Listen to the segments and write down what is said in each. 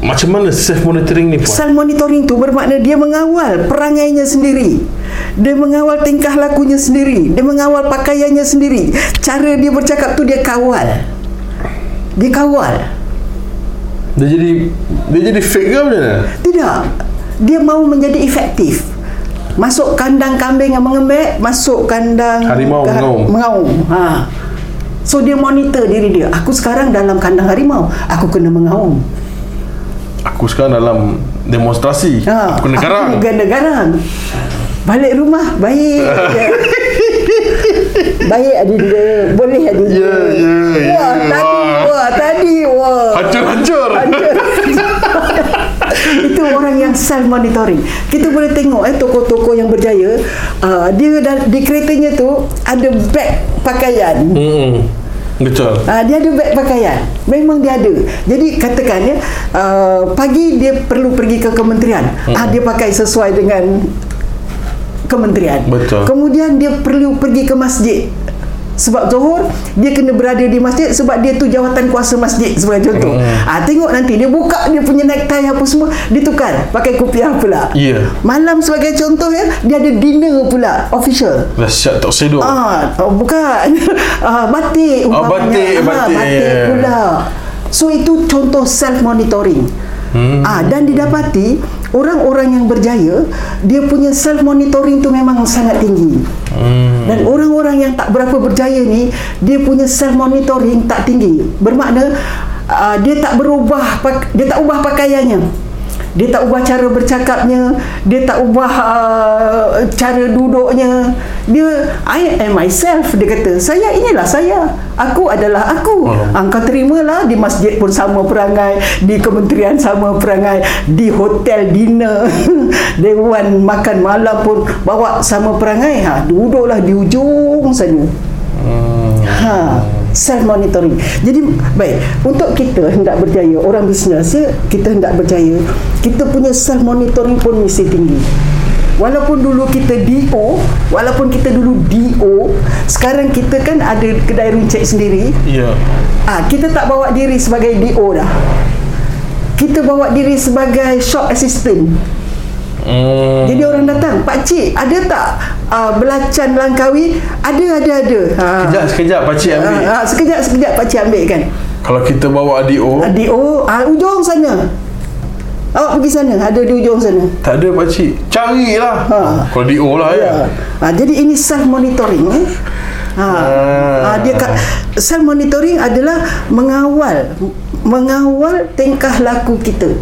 Macam mana self monitoring ni puan? Self monitoring tu bermakna dia mengawal perangainya sendiri. Dia mengawal tingkah lakunya sendiri, dia mengawal pakaiannya sendiri. Cara dia bercakap tu dia kawal. Dia kawal. Dia jadi dia jadi fake ke macam mana? Tidak. Dia mau menjadi efektif. Masuk kandang kambing yang mengembek, masuk kandang Harimau ke- mengaum. mengaum. Ha. So dia monitor diri dia. Aku sekarang dalam kandang harimau, aku kena mengaum. Aku sekarang dalam demonstrasi. Ha, Aku kena garang. Aku kena garang. Balik rumah baik. je. baik ada dia, boleh ada dia. Ya, ya, ya. Wah, tadi wah, tadi wah. Hancur-hancur. Itu orang yang self monitoring. Kita boleh tengok eh toko-toko yang berjaya, uh, dia dah, di keretanya tu ada beg pakaian. Hmm. Betul. Uh, dia ada beg pakaian. Memang dia ada. Jadi katakan ya, uh, pagi dia perlu pergi ke kementerian. Hmm. Ah dia pakai sesuai dengan kementerian. Betul. Kemudian dia perlu pergi ke masjid. Sebab Zuhur dia kena berada di masjid sebab dia tu jawatan kuasa masjid sebagai contoh. Hmm. Ah tengok nanti dia buka dia punya necktie apa semua dia tukar pakai kopiah pula. Ya. Malam sebagai contoh ya dia ada dinner pula official. Dah siap tak sedo. Ah, oh, bukan. ah, batik Oh, umpamanya. batik, Ah, batik, batik ya. pula. So itu contoh self monitoring. Hmm. Ah, dan didapati orang-orang yang berjaya dia punya self monitoring tu memang sangat tinggi. Hmm. Dan orang-orang yang tak berapa berjaya ni dia punya self monitoring tak tinggi. Bermakna ah, dia tak berubah pak- dia tak ubah pakaiannya. Dia tak ubah cara bercakapnya, dia tak ubah uh, cara duduknya. Dia I am myself dia kata. Saya inilah saya. Aku adalah aku. Alam. Ah, kau terimalah di masjid pun sama perangai, di kementerian sama perangai, di hotel dinner, dewan makan malam pun bawa sama perangai. Ha, duduklah di ujung sana. Hmm, Ha, self monitoring. Jadi baik, untuk kita hendak berjaya, orang bisnes ya, kita hendak berjaya, kita punya self monitoring pun mesti tinggi. Walaupun dulu kita DO, walaupun kita dulu DO, sekarang kita kan ada kedai runcit sendiri. Ya. Ah, kita tak bawa diri sebagai DO dah. Kita bawa diri sebagai shop assistant. Hmm. Jadi orang datang, Pak Cik, ada tak uh, belacan Langkawi? Ada, ada, ada. Ha. Sekejap, sekejap pakcik ambil. Ah, ah, sekejap sekejap pak cik ambil kan. Kalau kita bawa DO, Ah, Di oh, ah, ujung sana. Awak pergi sana, ada di ujung sana. tak ada pakcik. Carilah. Ha. Kalau DO lah ya. Ya. Ah, jadi ini self monitoring eh. Ha. Ah. Ah, dia kat, self monitoring adalah mengawal mengawal tingkah laku kita.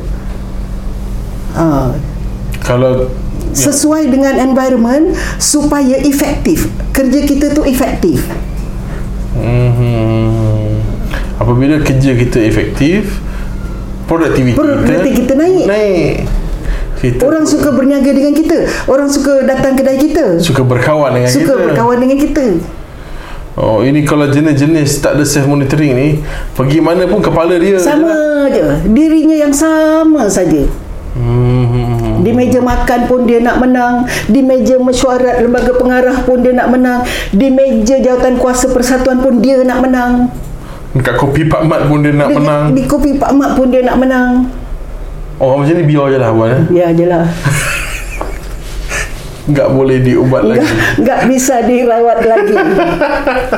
Ah, Kalau sesuai dengan environment supaya efektif. Kerja kita tu efektif. hmm. apabila kerja kita efektif, produktiviti Produktiviti kita naik. Naik. Kita Orang suka berniaga dengan kita. Orang suka datang kedai kita. suka berkawan dengan kita. Suka berkawan dengan kita. Oh, ini kalau jenis-jenis tak ada self monitoring ni, pergi mana pun kepala dia. Sama je Dirinya yang sama saja Hmm. Di meja makan pun dia nak menang Di meja mesyuarat lembaga pengarah pun dia nak menang Di meja jawatan kuasa persatuan pun dia nak menang Dekat kopi Pak Mat pun dia nak Di, menang. di kopi Pak Mak pun dia nak menang Orang macam ni biar je lah Wan. Eh? Ya je lah Nggak boleh diubat lagi. Nggak- Nggak bisa dirawat lagi